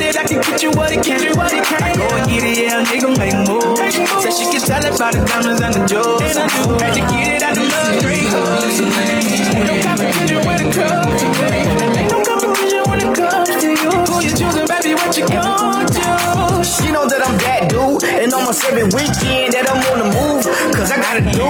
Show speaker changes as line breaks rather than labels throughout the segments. you what it can. I go and get it, yeah, nigga, make move. Said she can tell it by the diamonds and the jewels. And I do. Had to get it out the love. Straight hoes. No competition when it comes to me. Ain't no competition when it comes to you. Who you choosing, baby, what you gon' choose?
She know that I'm that dude, and almost every weekend that I'm on the move. Cause I gotta do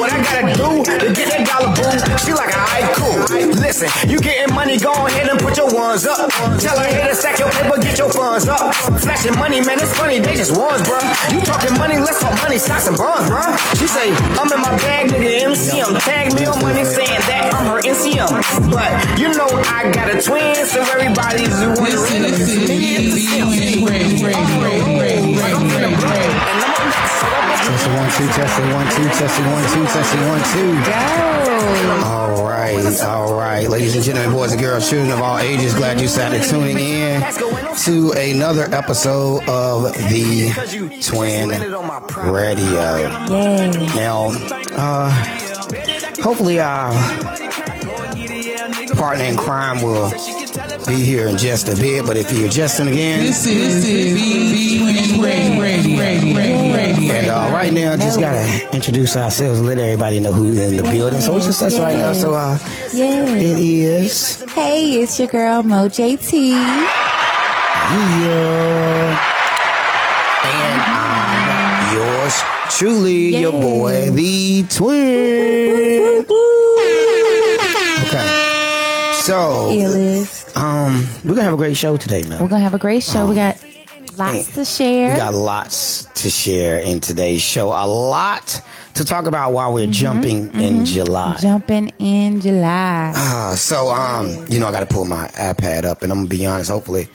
what I gotta do to get that dollar boo. She like, alright, cool. Listen, you getting money, go ahead and put your ones up. Tell her, hit a stack your paper, get your funds up. Flashing money, man, it's funny, they just ones, bruh. You talking money, let's talk money, stocks and bonds, bruh. She say, I'm in my bag, nigga, MC, I'm tag me on money, saying that I'm her NCM. But you know I got a twin, so everybody's doing
Testing one, two, testing one, two, testing one, two, testing one, two. All right, all right, ladies and gentlemen, boys and girls, children of all ages, glad you started tuning in to another episode of the Twin Radio.
Yay.
Now, uh, hopefully our partner in crime will be here in just a bit, but if you're adjusting again,
This is B Twin Radio.
And uh, right now, just gotta introduce ourselves, let everybody know who's in the building. So it's just us right now. So uh,
Yay.
it is
Hey, it's your girl Mo JT.
yeah, and I'm yours truly, your
Yay.
boy, the twin. Okay, so
A-list.
um, we're gonna have a great show today, man.
We're gonna have a great show. We got lots to share.
We got lots to share in today's show. A lot to talk about while we're jumping in July.
Jumping in July.
Uh, so um, you know, I got to pull my iPad up, and I'm gonna be honest. Hopefully,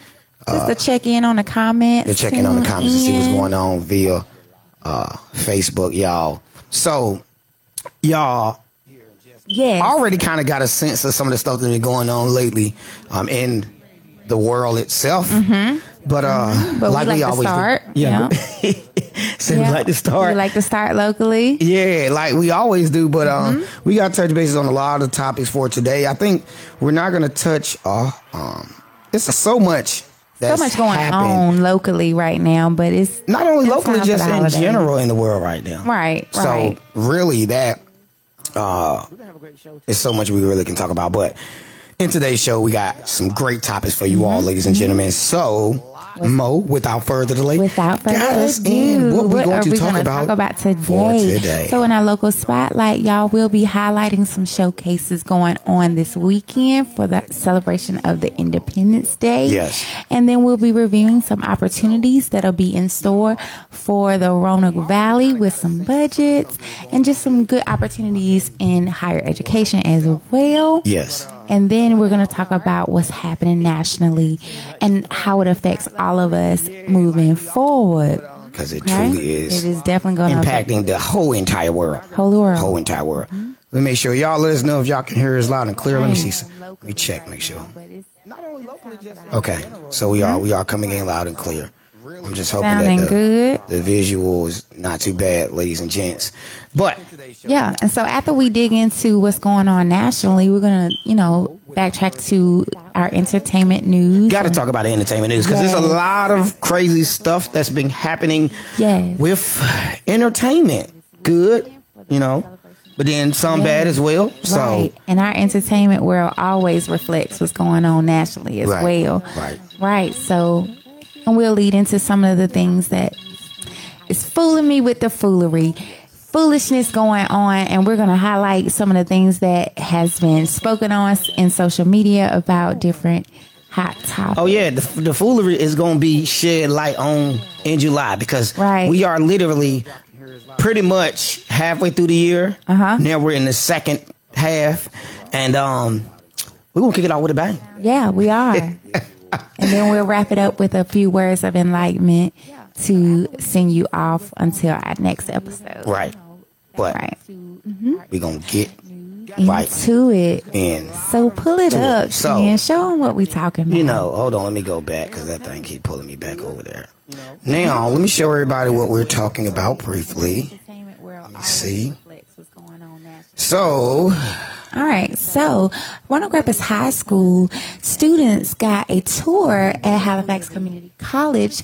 Just to check in on the comments.
they're checking on the
tune
comments to see what's
in.
going on via uh, Facebook, y'all. So, y'all
Yes.
already kind of got a sense of some of the stuff that's been going on lately um, in the world itself. But uh,
Mm-hmm. But
like
we like
we,
to
always
start.
do, yeah,
yeah.
so we
Yeah.
like to start.
We like to start locally.
Yeah, like we always do, but um,
Mm-hmm.
we got to touch bases on a lot of topics for today. I think we're not going to touch. Uh, um, it's so much.
So
That's
much going
happened.
on locally right now, but it's
Not only
it's
locally,
time for
just
the
in
holiday.
general in the world right now.
Right,
So
right.
really, that uh, it's so much we really can talk about. But in today's show, we got some great topics for you
Mm-hmm.
all, ladies and gentlemen. So. Mo, without further delay,
Without further
guide us in
ado,
what, we're going
are
to
we
talk
gonna
about,
talk about today?
for today.
So, in our local spotlight, y'all will be highlighting some showcases going on this weekend for the celebration of the Independence Day.
Yes.
and then we'll be reviewing some opportunities that'll be in store for the Roanoke Valley with some budgets and just some good opportunities in higher education as well.
yes,
And then we're going to talk about what's happening nationally and how it affects all of us moving forward.
because it
Okay?
truly is.
It is definitely going to affect
impacting the whole entire world.
the whole world.
Whole entire world.
Mm-hmm.
Let me make sure y'all let us know if y'all can hear us loud and clear. Let me see. some- Let me check, make sure. Okay, so we are we are coming in loud and clear. I'm just hoping
Sounding
that the,
good.
the visual is not too bad, ladies and gents. But
Yeah. And so after we dig into what's going on nationally, we're going to, you know, backtrack to our entertainment news.
got to talk about the entertainment news because there's a
Yes.
lot of crazy stuff that's been happening
Yes.
with entertainment. Good, you know, but then some bad as well. So
right. And our entertainment world always reflects what's going on nationally as
Right.
well.
Right.
Right. So, and we'll lead into some of the things that is fooling me with the foolery. Foolishness going on, and we're going to highlight some of the things that has been spoken on in social media about different hot topics.
Oh yeah, the, the foolery is going to be shed light on in July because
Right.
we are literally pretty much halfway through the year.
Uh-huh.
Now we're in the second half, and um, we're gonna kick it off with a bang.
Yeah, we are. and then we'll wrap it up with a few words of enlightenment to send you off until our next episode.
Right, but
Right.
we're gonna get right
Into it.
in.
So pull it up,
So-
so, and show them what we talking about.
You know, hold on, let me go back because that thing keep pulling me back over there. Now let me show everybody what we're talking about briefly.
Entertainment world
see.
always reflects what's going on nationally.
So
All right, so Ronald Grappus High School students got a tour at Halifax Community College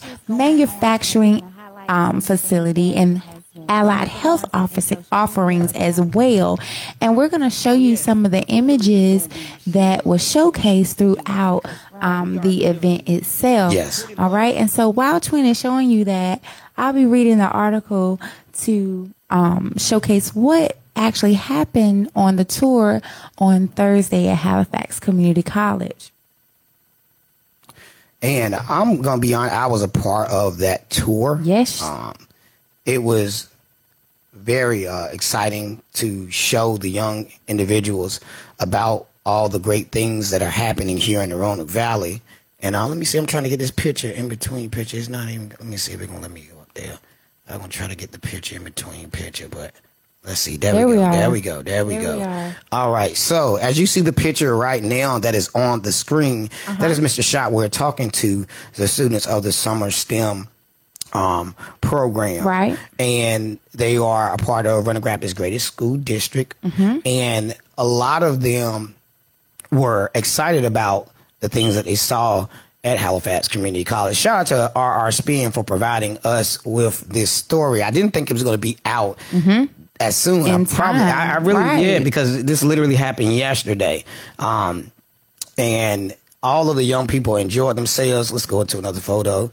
manufacturing um, facility and allied health office offerings as well. And we're going to show you some of the images that were showcased throughout um, the event itself.
Yes.
All right, and so while Twin is showing you that, I'll be reading the article to um, showcase what actually happened on the tour on Thursday at Halifax Community College.
And I'm gonna be honest, I was a part of that tour.
Yes.
Oh, Um, It was very uh, exciting to show the young individuals about all the great things that are happening here in the Roanoke Valley. And uh, let me see, I'm trying to get this picture in between picture. It's not even. Let me see if they're gonna let me go up there. I'm gonna try to get the picture in between picture, but let's see. There,
There
we
we
go.
are.
There we go. There we
There
go.
we are.
All right. So as you see the picture right now that is on the screen, that is Mr. Schott. We're talking to the students of the summer STEM um, program.
Right.
And they are a part of Runner Rapids Greatest School District.
Mm-hmm.
And a lot of them were excited about the things that they saw at Halifax Community College. Shout out to RR Spin for providing us with this story. I didn't think it was going to be out as soon.
Mm-hmm. In
I probably, I, I
time,
really
right.
did because this literally happened yesterday. Um, and all of the young people enjoyed themselves. Let's go into another photo.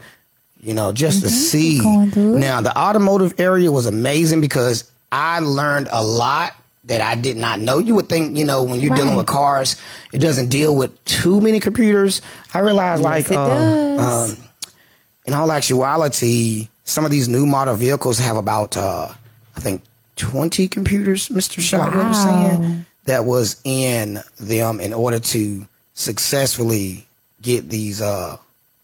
You know, just to see.
Mhm. going through it.
Now, the automotive area was amazing because I learned a lot that I did not know. You would think, you know, when you're dealing
Right.
with cars, it doesn't deal with too many computers. I realized, like,
it
uh,
does.
um, in all actuality, some of these new model vehicles have about, uh, I think, 20 computers, Mr. Shaw, you know what I'm saying? That was in them in order to successfully get these uh,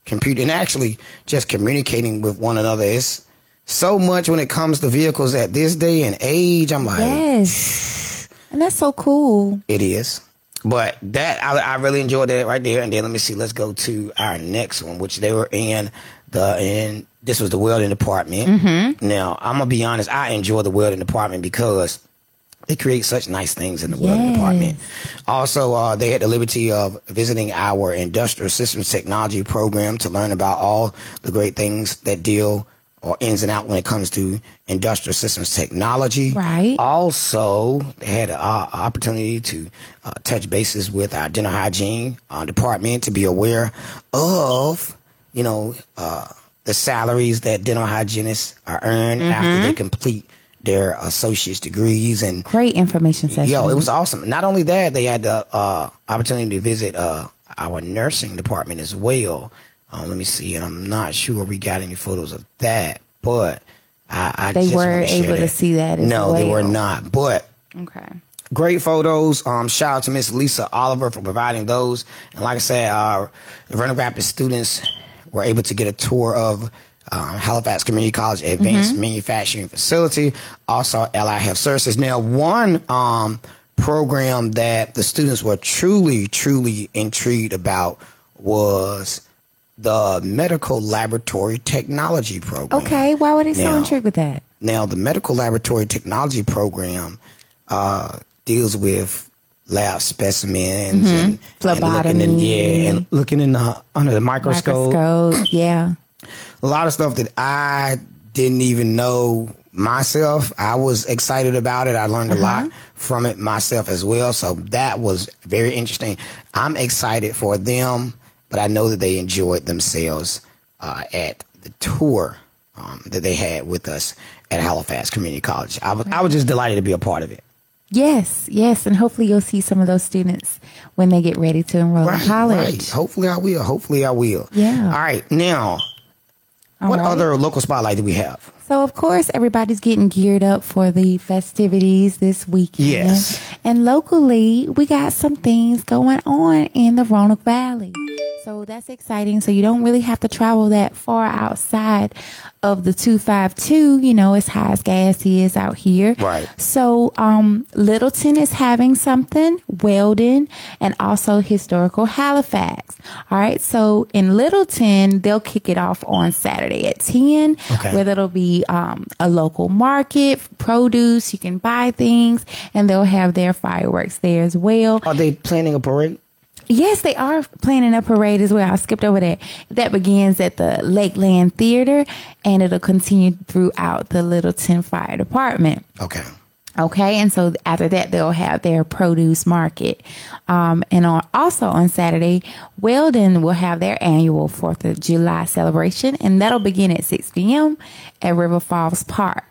computer and actually just communicating with one another. It's so much when it comes to vehicles at this day and age. I'm like,
yes. And that's so cool.
it is. But that I, I really enjoyed that right there. And then let me see. Let's go to our next one, which they were in the in. This was the welding department. Mm-hmm. Now I'm gonna be honest. I enjoy the welding department because they create such nice things in the welding
Yes.
department. Also, uh, they had the liberty of visiting our industrial systems technology program to learn about all the great things that deal or ins and out when it comes to industrial systems technology.
Right.
Also, they had an uh, opportunity to uh, touch bases with our dental hygiene uh, department to be aware of, you know, uh, the salaries that dental hygienists are earned after they complete their associate's degrees and
Great information session.
Yo, it was awesome. Not only that, they had the uh, opportunity to visit uh, our nursing department as well. Um, let me see, and I'm not sure we got any photos of that, but I, I
They
just
were
wanna share
able to
that.
see that as
no, they were
well.
not. But
okay.
great photos. Um, shout out to Miss Lisa Oliver for providing those. And like I said, uh, the Running Rapids students were able to get a tour of um, Halifax Community College Advanced Manufacturing Facility, also LI Health Services. Now, one um, program that the students were truly, truly intrigued about was the Medical Laboratory Technology Program.
Okay, why were they so
Now-
intrigued with that?
Now, the medical laboratory technology program uh, deals with lab specimens and, and looking in,
Phlebotomy.
yeah, and looking in the, under the microscope.
Microscope. yeah.
A lot of stuff that I didn't even know myself. I was excited about it. I learned
Uh-huh.
a lot from it myself as well. So that was very interesting. I'm excited for them, but I know that they enjoyed themselves uh, at the tour um, that they had with us at Halifax Community College. I was, I was just delighted to be a part of it.
Yes, yes, and hopefully you'll see some of those students when they get ready to enroll in college.
Hopefully I will. Hopefully I will.
Yeah.
All right. Now,
All
what
right.
other local spotlight do we have?
So of course everybody's getting geared up for the festivities this weekend.
Yes.
And locally we got some things going on in the Roanoke Valley. So So that's exciting. So you don't really have to travel that far outside of the 252. You know, it's high as gas is out here.
Right.
So um, Littleton is having something, Weldon, and also historical Halifax. All right. So in Littleton, they'll kick it off on Saturday at 10,
Okay.
where it'll be um, a local market, produce. You can buy things, and they'll have their fireworks there as well.
Are they planning a parade?
Yes, they are planning a parade as well. I skipped over that. That begins at the Lakeland Theater and it'll continue throughout the Littleton Fire Department.
Okay.
Okay, and so after that, they'll have their produce market. Um, and on, also on Saturday, Weldon will have their annual 4th of July celebration, and that'll begin at 6 p.m. at River Falls Park.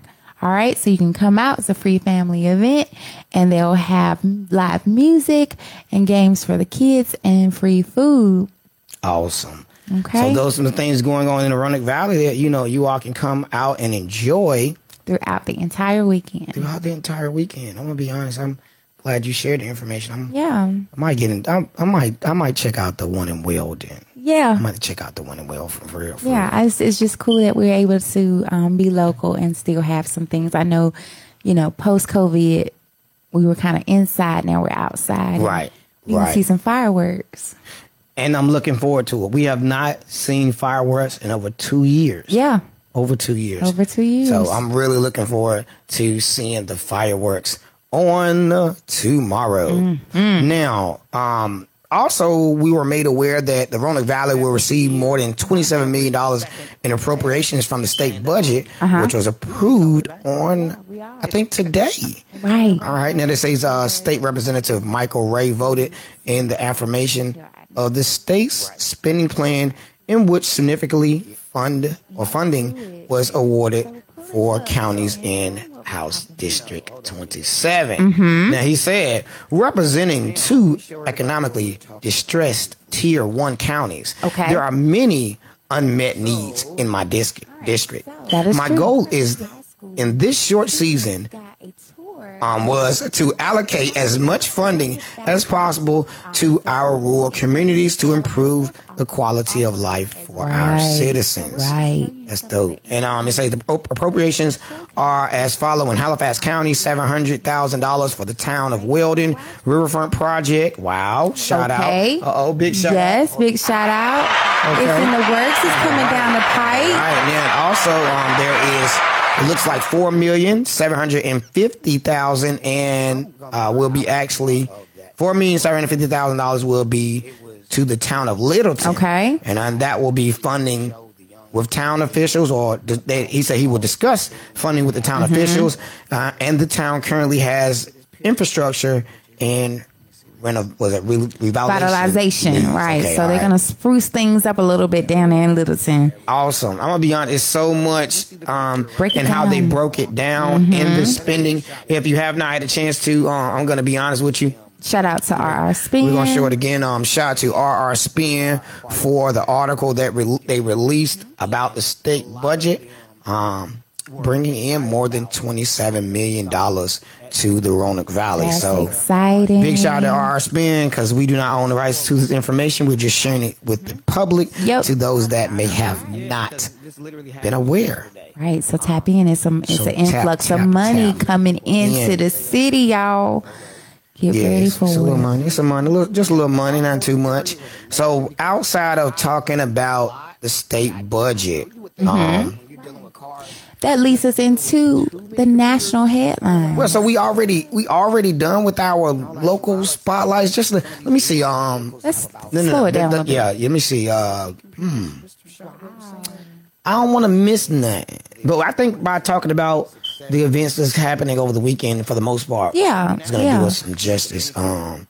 All right, so you can come out. It's a free family event, and they'll have live music and games for the kids and free food.
Awesome.
Okay,
So those are the things going on in the Runic Valley that you know you all can come out and enjoy
throughout the entire weekend.
throughout the entire weekend. I'm gonna be honest. I'm glad you shared the information. I'm,
Yeah,
I might get in. I, I might. I might check out the one in Weldon. I
yeah,
might check out the one in Weldon for real. For
yeah. I- It's, it's just cool that we're able to um, be local and still have some things. I know, you know, post COVID, we were kind of inside. Now we're outside.
Right,
You
right.
can see some fireworks.
and I'm looking forward to it. We have not seen fireworks in over two years.
Yeah.
Over two years.
Over two years.
So I'm really looking forward to seeing the fireworks on uh, tomorrow.
Mm,
Now, um, also, we were made aware that the Roanoke Valley will receive more than $27 million in appropriations from the state budget,
Uh-huh.
which was approved on, I think, today.
Right.
All right. Now this says uh, State Representative Michael Ray voted in the affirmation of the state's spending plan, in which significantly fund or funding was awarded for counties in House District 27.
Mm-hmm.
Now he said, representing two economically distressed Tier One counties.
Okay.
There are many unmet needs in my dis- district.
That is
my
true.
goal is in this short season um, was to allocate as much funding as possible to our rural communities to improve the quality of life for our
Right,
citizens.
right.
That's dope. And um, it says the appro- appropriations are as follow in Halifax County, $700,000 for the town of Weldon Riverfront Project. Wow. Shout
Okay.
out. Uh oh, big shout out.
Yes. Big shout out.
Okay.
It's in the works. It's coming down the
All
pipe.
right, and then also um, there is it looks like four million seven hundred and fifty thousand, and uh, will be actually four million seven hundred fifty thousand dollars will be to the town of Littleton.
Okay.
and uh, that will be funding with town officials, or th- they, he said he will discuss funding with the town
Mm-hmm.
officials, uh, and the town currently has infrastructure and. Renov- was it re- revitalization?
Vitalization. Right.
Okay,
so
all
they're
right.
going to spruce things up a little bit down there in Littleton.
awesome. I'm gonna be honest. It's so much um
Break it
and how they
down. Mm-hmm.
broke it down in the spending. If you have not had a chance to, uh, I'm gonna be honest with you.
Shout out to RR Spin.
We're gonna show it again. Um, shout out to RR Spin for the article that re- they released about the state budget, um, bringing in more than 27 million dollars to the Roanoke Valley.
That's
so
exciting.
Big shout out to RR Spin because we do not own the rights to this information. We're just sharing it with the public
Yep.
to those that may have not been aware.
Right, so tap in. It's some it's
So
an
tap,
influx
tap,
of money
tap.
coming into
Yeah.
the city, y'all. Get ready
it's,
for
it's a little
it.
money. It's a money, little, just a little money, not too much. So outside of talking about the state budget,
Mm-hmm.
um,
That leads us into the national headline.
well, so we already we already done with our local spotlights. Just let, let me see. Um,
Let's slow it down. a
the-
little bit.
yeah, let me see. Uh, hmm. I don't want to miss nothing. But I think by talking about the events that's happening over the weekend, for the most part,
Yeah,
it's gonna
yeah.
do us some justice. Um,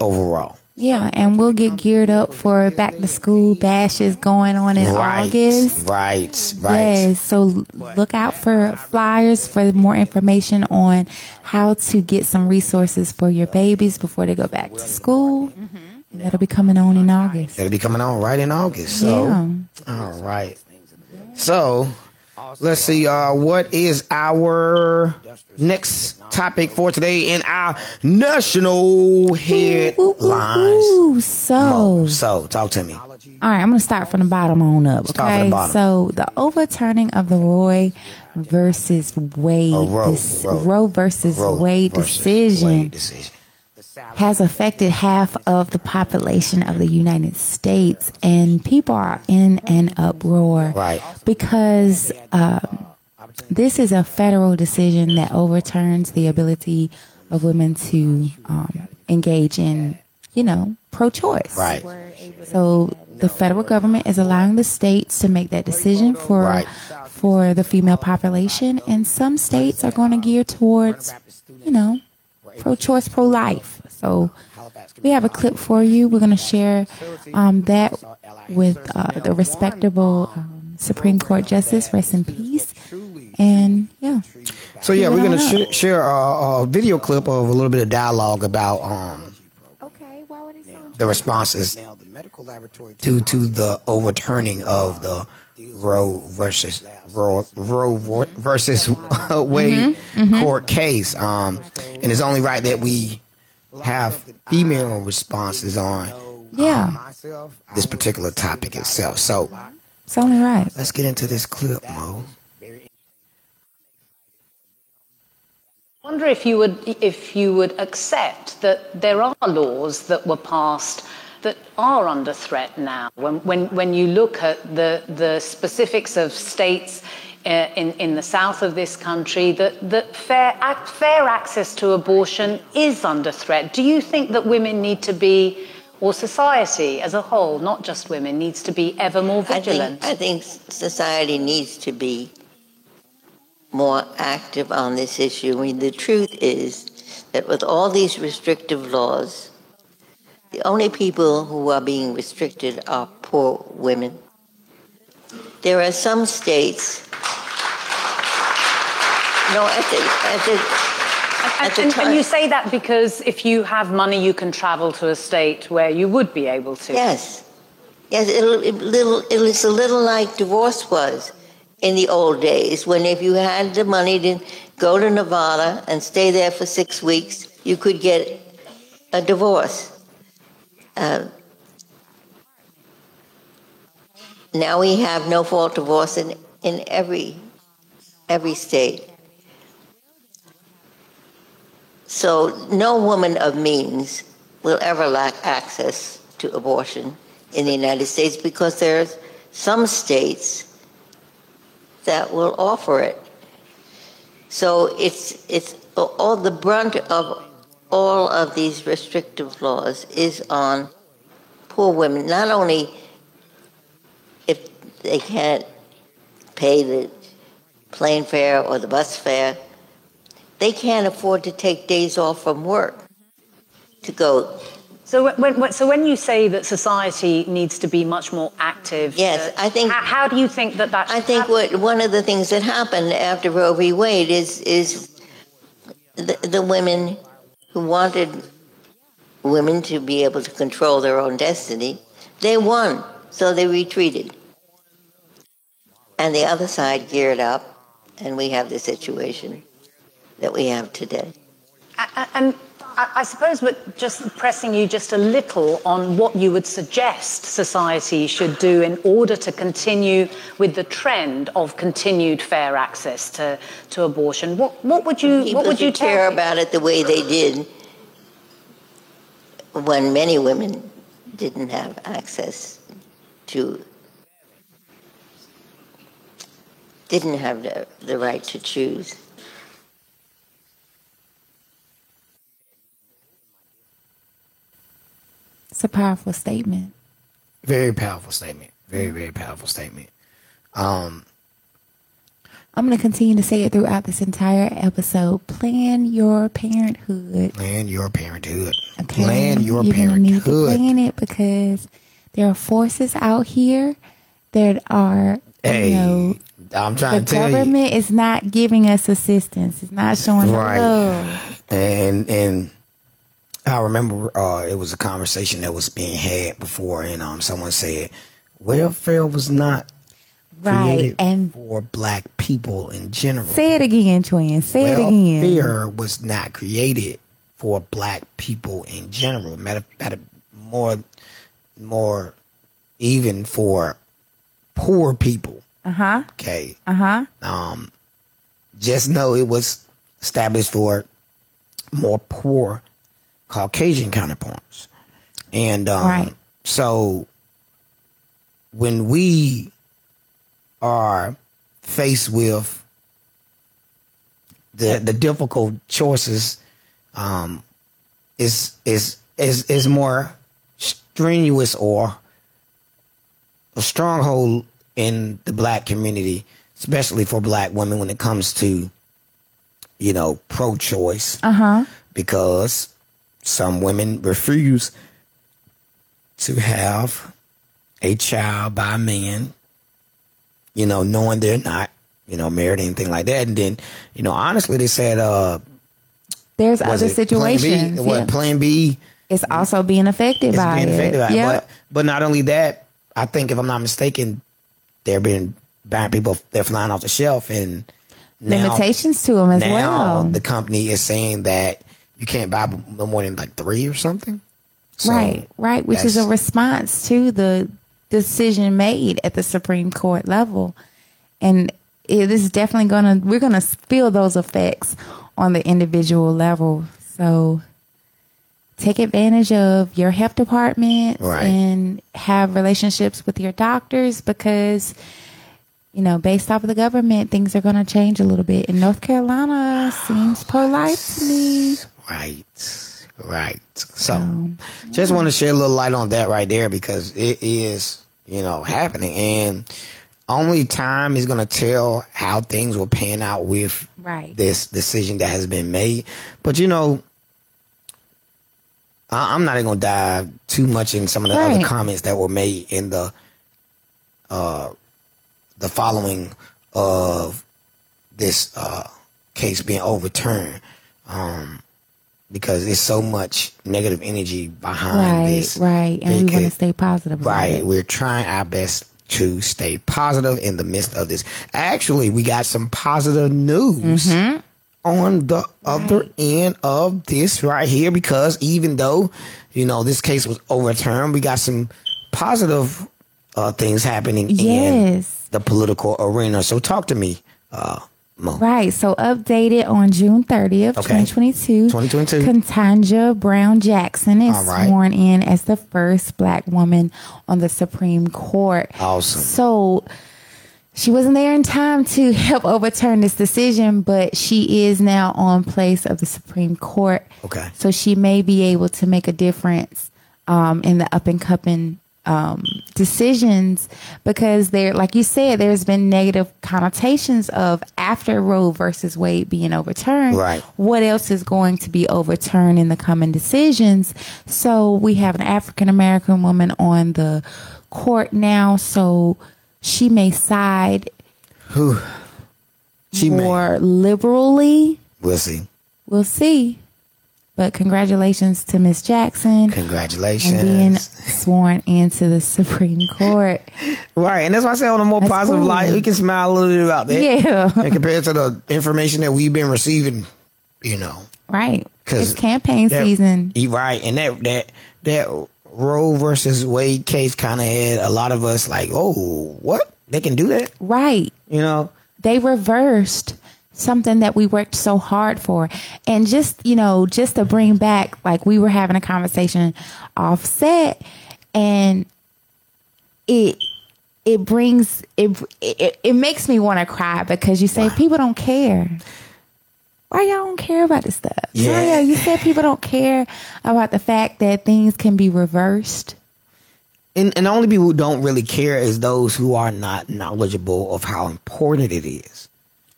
overall,
yeah, and we'll get geared up for back to school bashes going on in
right,
August.
right, right.
Yes, so l- look out for flyers for more information on how to get some resources for your babies before they go back to school.
Mm-hmm.
And that'll be coming on in August.
It'll be coming on right in August. So,
Yeah.
all right. So, Let's see. Uh, what is our next topic for today in our national
Ooh, ooh,
headlines?
ooh, so
So, talk to me.
All right, I'm going to start from the bottom on up. Okay,
Start from the bottom.
so the overturning of the Roy versus Wade,
Oh, Roe,
this-
Roe.
Roe versus
Roe
Wade
versus
decision
Wade decision.
has affected half of the population of the United States, and people are in an uproar,
Right.
Because um, this is a federal decision that overturns the ability of women to um, engage in, you know, pro-choice,
Right.
so the federal government is allowing the states to make that decision for
Right.
for the female population, and some states are going to gear towards, you know, pro-choice, pro-life. So we have a clip for you. We're going to share um, that with uh, the respectable um, Supreme Court Justice, rest in peace, and yeah,
So yeah, we're
Keep it
gonna
on up.
sh- share a, a video clip of a little bit of dialogue about um, the responses due to the overturning of the Roe versus Roe, Roe versus Wade court case. Um, and it's only right that we have female responses on um,
yeah,
this particular topic itself. So
it's only right.
let's get into this clip, Mo.
wonder if you would if you would accept that there are laws that were passed that are under threat now when when when you look at the the specifics of states uh, in, in the south of this country, that, that fair, ac- fair access to abortion is under threat. Do you think that women need to be, or society as a whole, not just women, needs to be ever more
I
vigilant?
think, I think s- society needs to be more active on this issue. I mean, the truth is that with all these restrictive laws, the only people who are being restricted are poor women. There are some states. No, at the, at the,
And,
At the
and- and
time-
you say that because if you have money, you can travel to a state where you would be able to.
yes, yes. It'll, it little, it was a little like divorce was in the old days when if you had the money to go to Nevada and stay there for six weeks, you could get a divorce. Uh, now we have no fault divorce in, in every every state. So no woman of means will ever lack access to abortion in the United States because there are some states that will offer it. So it's it's all the brunt of all of these restrictive laws is on poor women. Not only if they can't pay the plane fare or the bus fare, they can't afford to take days off from work to go.
So when, when, so when you say that society needs to be much more active,
Yes,
uh,
I think-
How, how do you think that that?
I think what one of the things that happened after Roe v. Wade is is the, the women who wanted women to be able to control their own destiny, they won, so they retreated, and the other side geared up, and we have the situation that we have today.
A- And I I suppose, but just pressing you just a little on what you would suggest society should do in order to continue with the trend of continued fair access to, to abortion. What, what would you
people
what would you
should care
tell-
about it the way they did when many women didn't have access to didn't have the, the right to choose
It's a powerful statement.
Very powerful statement. Very very powerful statement. Um,
I'm going to continue to say it throughout this entire episode. Plan your parenthood.
plan your parenthood.
Okay?
Plan your
You're gonna need to
parenthood.
Plan it because there are forces out here that are,
Hey,
you know,
I'm
the
trying to tell you.
government is not giving us assistance. It's not showing
Right.
love.
and and I remember uh, it was a conversation that was being had before, and um, someone said welfare was not
Right.
created
And
for black people in general.
say it again, twin. Say it again.
Welfare was not created for black people in general. Matter, matter more, more, even for poor people.
Uh huh.
Okay,
Uh huh.
um, just know it was established for more poor Caucasian counterparts, and um,
Right.
so when we are faced with the the difficult choices, um, is is is is more strenuous or a stronghold in the black community, especially for black women when it comes to, you know, pro choice. Uh
uh-huh.
huh. Because some women refuse to have a child by a man, you know, knowing they're not, you know, married, anything like that. And then, you know, honestly, they said, uh,
There's
was
other
it Plan B?
situations.
What,
yeah.
Plan B?
it's also being affected
It's
by
being affected
it.
by it.
yeah.
But, but not only that, I think if I'm not mistaken, there have been bad people they're flying off the shelf and now,
Limitations to them as
now
well.
the company is saying that you can't buy no more than like three or something. So,
right, right, which is a
that's-
response to the decision made at the Supreme Court level, and it is definitely gonna we're gonna feel those effects on the individual level. So take advantage of your health department
Right.
and have relationships with your doctors because. You know, based off of the government, things are going to change a little bit. And North Carolina seems
Oh,
polite to me.
Right. Right. So just want to shed a little light on that right there because it is, you know, happening. And only time is gonna tell how things will pan out with
Right.
this decision that has been made. But you know, I, I'm not even gonna dive too much in some of the other
Right.
comments that were made in the uh the following of this uh case being overturned. Um because there's so much negative energy behind
Right,
this.
right. And we
Because-
want to stay positive. about
Right.
it.
We're trying our best to stay positive in the midst of this. Actually, we got some positive news
Mm-hmm.
on the other end of this right here because even though, you know, this case was overturned, we got some positive uh, things happening
Yes.
in the political arena. So talk to me, uh, Mo.
Right. So updated on June 30th,
Okay.
2022.
2022.
Katanja Brown Jackson is
All right.
sworn in as the first black woman on the Supreme Court.
Awesome.
So she wasn't there in time to help overturn this decision, but she is now on place of the Supreme Court.
Okay.
So she may be able to make a difference um, in the up and coming um, decisions because there, like you said, there's been negative connotations of after Roe versus Wade being overturned.
Right.
What else is going to be overturned in the coming decisions? So we have an African American woman on the court now, so she may side
She may.
more liberally.
We'll see.
We'll see. But congratulations to Miss Jackson and being
Congratulations.
sworn into the Supreme Court.
right. And that's why I say on a more
That's
positive
cool.
light, we can smile a little bit about that.
Yeah,
and compared to the information that we've been receiving, you know,
right.
'Cause
It's campaign
that-
season.
you right, and that that that Roe versus Wade case kind of had a lot of us like, oh, what they can do that,
Right.
you know?
They reversed something that we worked so hard for. And just, you know, just to bring back, like we were having a conversation offset and it it brings it it, it makes me want to cry because you say people don't care. Why y'all don't care about this stuff?
Yeah.
Mario, you said people don't care about the fact that things can be reversed.
And and the only people who don't really care is those who are not knowledgeable of how important it is,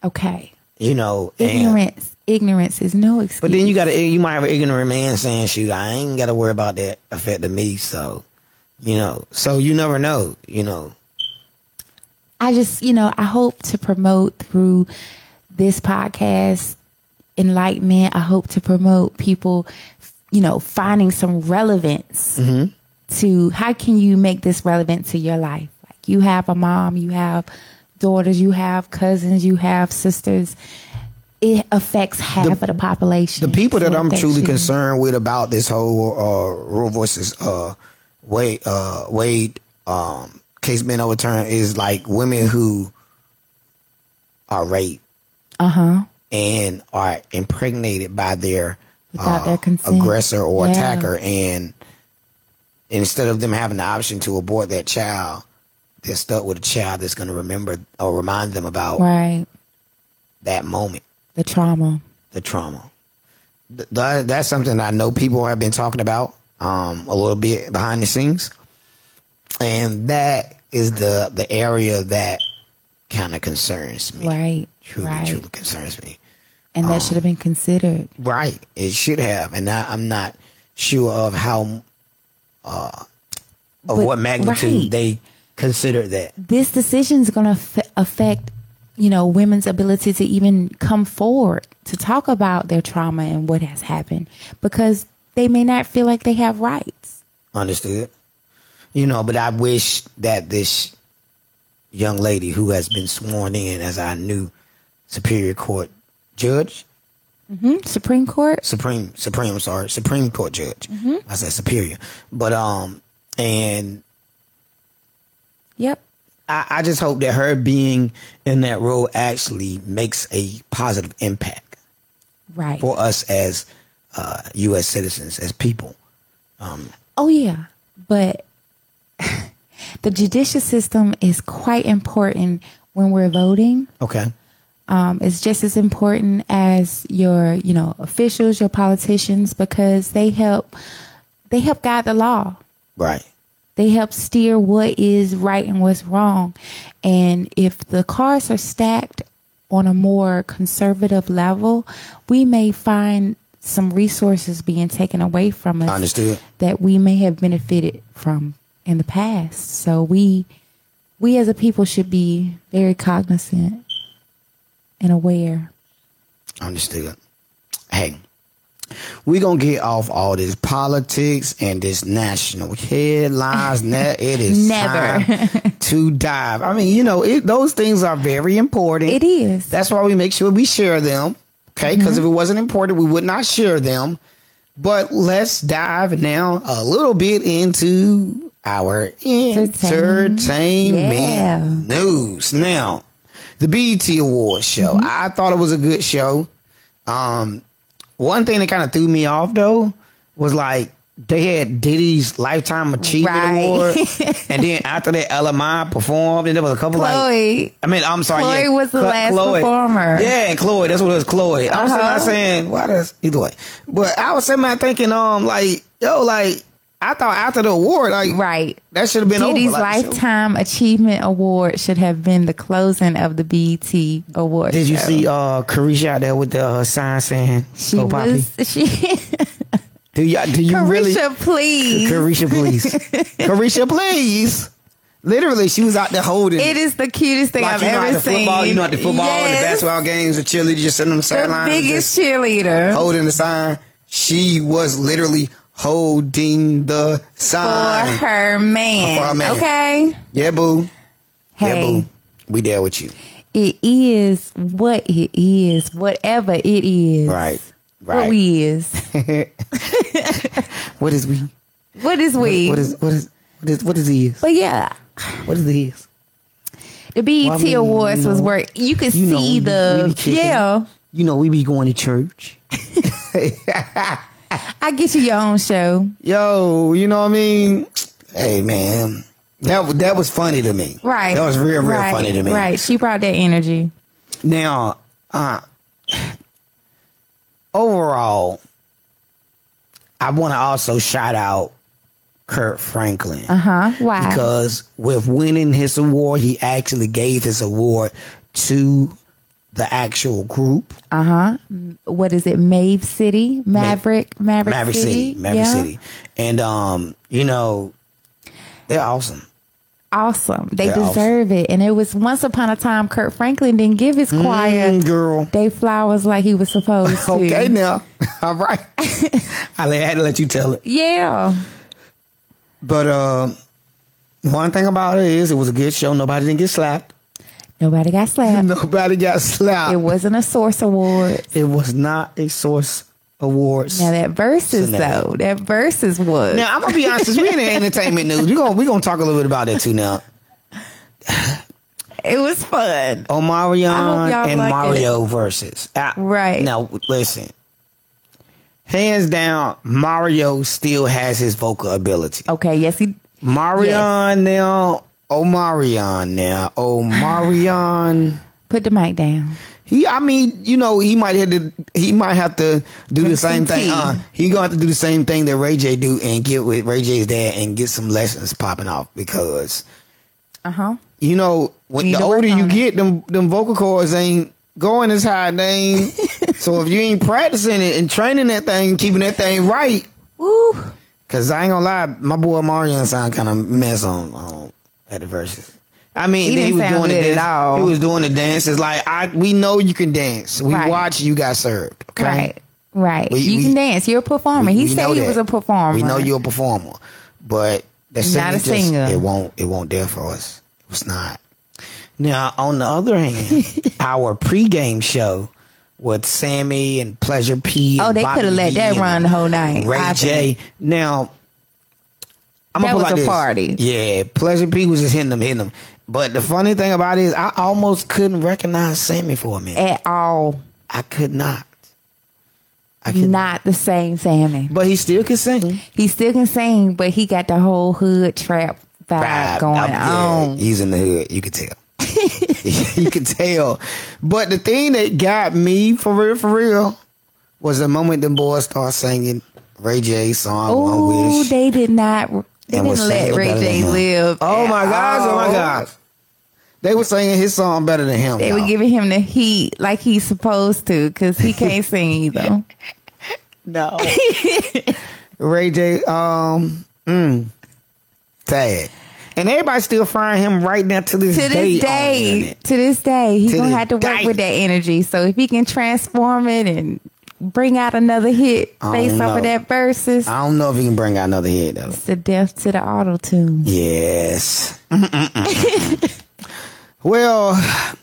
Okay.
you know. And,
Ignorance. Ignorance is no excuse.
but then you got to you might have an ignorant man saying, "Shoot, I ain't got to worry about that affecting me." So, you know, so you never know, you know.
I just, you know, I hope to promote through this podcast enlightenment. I hope to promote people, you know,
Mm-hmm.
finding some relevance to how can you make this relevant to your life? Like you have a mom, you have daughters, you have cousins, you have sisters. It affects half of the population.
the people that
So
I'm
that
truly
you-
concerned with about this whole uh, Roe versus uh, Wade, uh, Wade um, case being overturned is like women who are raped
Uh huh.
and are impregnated by their, uh,
Without their consent.
aggressor or
Yeah.
attacker, and instead of them having the option to abort that child, they're stuck with a child that's going to remember or remind them about
Right.
that moment.
The trauma.
the trauma. Th- th- that's something I know people have been talking about um, a little bit behind the scenes, and that is the the area that kind of concerns me.
Right.
Truly,
right.
truly concerns me.
And that should have been considered.
Right, it should have, and I, I'm not sure of how, uh, of
But-
what magnitude
right.
they considered that.
This decision is going to f- affect, you know, women's ability to even come forward to talk about their trauma and what has happened because they may not feel like they have rights.
Understood. You know, but I wish that this young lady who has been sworn in as our new Superior Court judge,
Supreme Court.
Supreme, Supreme, I'm sorry, Supreme Court judge. I said Superior, but um, and
Yep.
I, I just hope that her being in that role actually makes a positive impact
Right.
for us as uh, U.S. citizens, as people.
Oh yeah, but the judicial system is quite important when we're voting.
Okay.
Um, it's just as important as your, you know, officials, your politicians, because they help they help guide the law.
Right.
They help steer what is right and what's wrong. And if the cards are stacked on a more conservative level, we may find some resources being taken away from us
Understood.
that we may have benefited from in the past. So we we as a people should be very cognizant and aware.
Understood. Hey, we gonna get off all this politics and this national headlines. Now it is
Never.
time to dive. I mean, you know, it, those things are very important.
It is.
That's why we make sure we share them. Okay, because
Mm-hmm.
if it wasn't important, we would not share them. But let's dive now a little bit into our
Entertainment.
entertainment
Yeah.
news. Now, the BET Awards show.
Mm-hmm.
I thought it was a good show. Um, one thing that kind of threw me off though was like they had Diddy's Lifetime Achievement
Right.
Award, and then after that, LMI performed, and there was a couple like
Chloe.
I mean, I'm sorry,
Chloe
yeah,
was the
Chlo-
last performer. Uh-huh.
Yeah, and Chloe, that's what it was, Chloe. I'm sitting there saying, why does either way? But I was sitting there thinking, um, like yo, like I thought after the award, like
Right.
that should have been
Diddy's
over. like, so-
Lifetime Achievement Award should have been the closing of the BET Award.
Did you
show.
see uh Carisha out there with the uh, sign saying
She
"Go Poppy"?
was she.
Do y'all do you
Carisha,
really
please.
Carisha, please. Carisha, please. Literally, she was out there holding.
it is the cutest thing
like,
I've
you know,
ever
at the
seen.
football, you know, at the football and the
Yes.
basketball games, the cheerleaders just sitting on the
The
sidelines,
biggest
just
cheerleader.
holding the sign. She was literally holding the
for
sign.
her man.
Oh, For her man.
Okay.
Yeah, boo. Yeah,
Hey,
boo. We there with you.
it is what it is, whatever it is.
Right.
What
Right.
we is.
what is we?
What is we?
What is what is what is what is he?
but yeah,
What is he?
the BET
Well, I mean,
Awards
you
was
know,
where you could
you know,
see
we be- we be
the
kicking.
yeah.
You know, we be going to church.
I get you your own show,
yo, you know what I mean? Hey man, that wa- that was funny to me.
right?
That was real, real
right,
funny to me.
Right? She brought that energy.
Now, uh, overall, I want to also shout out Kurt Franklin
Uh huh. Why?
because with winning his award, he actually gave his award to the actual group.
what is it? Mave City, Maverick, Maverick,
Maverick City, Maverick
yeah.
City, and um, you know, they're awesome.
Awesome. They
Yeah, awesome.
deserve it. And it was once upon a time Kurt Franklin didn't give his choir
Mm, girl.
they flowers like he was supposed to.
Okay, now, all right. I had to let you tell it,
Yeah.
but um, One thing about it is, it was a good show. Nobody didn't get slapped.
Nobody got slapped.
Nobody got slapped.
It wasn't a source award.
It was not a source awards.
Now that versus
Scenario.
though, that versus was.
Now I'm gonna be honest, since we in the entertainment news, we gonna we gonna talk a little bit about that too now.
it was fun. I hope
Omarion
y'all
and
like
Mario versus. Ah,
Right.
Now listen. Hands down, Mario still has his vocal ability.
Okay, yes, he.
Marion now, Omarion now, Omarion.
Put the mic down.
He, I mean, you know, he might have to, he might have to do the same
MCT.
thing. Uh, he gonna have to do the same thing that Ray J do and get with Ray J's dad and get some lessons popping off because
Uh huh.
you know when
Need
the
to work
older you
on it.
get, them them vocal cords ain't going as high. They ain't. so if you ain't practicing it and training that thing, keeping that thing right,
Woo.
Cause I ain't gonna lie, my boy Marion sound kind of mess on, on at the verses. I mean,
He
then
didn't sound
was doing the
good at
dance.
all.
He was doing the dances like I. We know you can dance. We
Right.
watch you got served. Okay?
Right. Right.
We-
you
we-
can dance. You're a performer.
We-
he
we
said
know
he
that.
was a performer.
We know you're a performer, but
You're
that singing
not a
just,
singer.
It won't. It won't there for us. It was not. Now, on the other hand, our pregame show with Sammy and Pleasure P.
Oh,
and
they
Bobby
coulda let
B
that
and
run the whole night,
Ray
I
J. Now, I'm
That was
gonna put it like
a
this.
party.
Yeah, Pleasure P was just hitting them, hitting them. But the funny thing about it is, I almost couldn't recognize Sammy for a minute.
at all.
I could not. I could not.
Not the same Sammy.
But he still could sing.
He still can sing, but he got the whole hood trap vibe
vibe.
going
I'm- yeah,
on.
He's in the hood. You could tell. you could tell. But the thing that got me for real, for real, was the moment the boys start singing Ray J's song One
Oh,
Wish.
they did not. They
And was
didn't let
singing
Ray
better than
J
him.
live.
oh
at
my gosh! Oh my
all.
gosh! They were singing his song better than him.
They were
y'all.
giving him the heat like he's supposed to because he can't sing either.
no. Ray J. Um, mm, sad. And everybody's still frying him right now to this
To
day.
this
on the
day,
internet.
to this day, he's
To
gonna
this
have to work
day.
with that energy. So if he can transform it and bring out another hit
I
based
don't
off of
know.
that versus,
I don't know if he can bring out another hit though.
it's the death to the auto tune.
Yes. well, I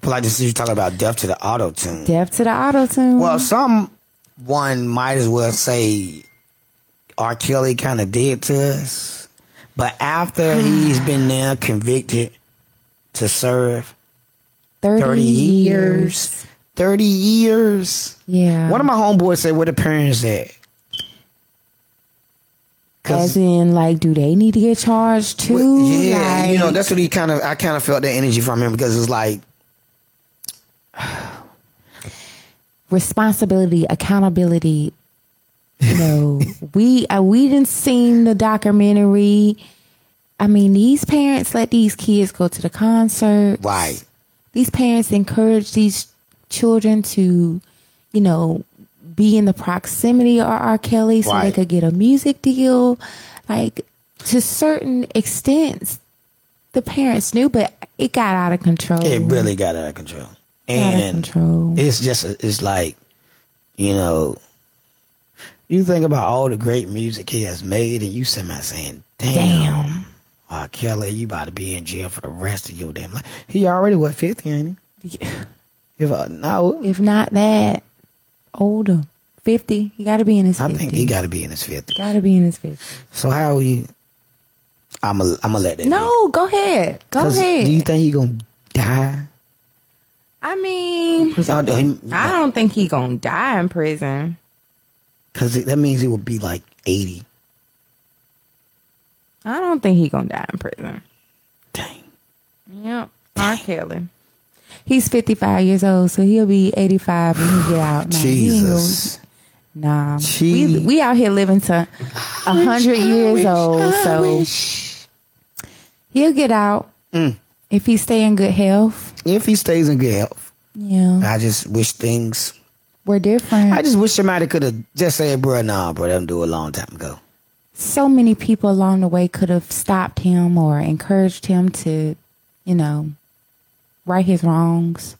polite to see you talking about death to the auto tune.
Death to the auto tune.
Well, someone might as well say R. Kelly kind of did to us, but after he's been now convicted to serve
30,
thirty years, thirty years.
Yeah.
One of my homeboys said, "Where the parents at?" 'Cause-
As in, like, do they need to get charged too?
Well, yeah,
Like,
you know that's what he kind of. I kind of felt that energy from him because it's like
responsibility, accountability. No, we uh, we didn't seen the documentary. I mean, these parents let these kids go to the concert.
right.
These parents encourage these children to, you know, be in the proximity of R. Kelly so they
Right.
could get a music deal. Like to certain extents, the parents knew, but it got out of control.
It really got out of control.
Mm-hmm. out of
And
control.
it's just it's like, you know, you think about all the great music he has made and you somehow saying, Damn, R. Kelly, you about to be in jail for the rest of your damn life. He already what, fifty, ain't he? If I no
if not that older 50 he got to be in his
I
50
think he gotta be in his fifty.
got to be in his 50
So how you I'm a, I'm gonna let that be.
no go ahead go
'Cause
ahead
Do you think he gonna die?
i mean i don't think he gonna die in prison
Because that means he would be like eighty.
i don't think he gonna die in prison
Dang.
yep r kelly he's 55 years old so he'll be 85 when he get out Nah, he ain't gonna-
Jesus.
Nah, we,
Gee.
we out here living to a hundred years old, so he'll get out if he stay in good health.
If he stays in good health,
Yeah,
I just wish things.
we're different.
I just wish somebody could have just said, "Bro, nah, bro, them do a long time ago."
so many people along the way could have stopped him or encouraged him to, you know, right his wrongs.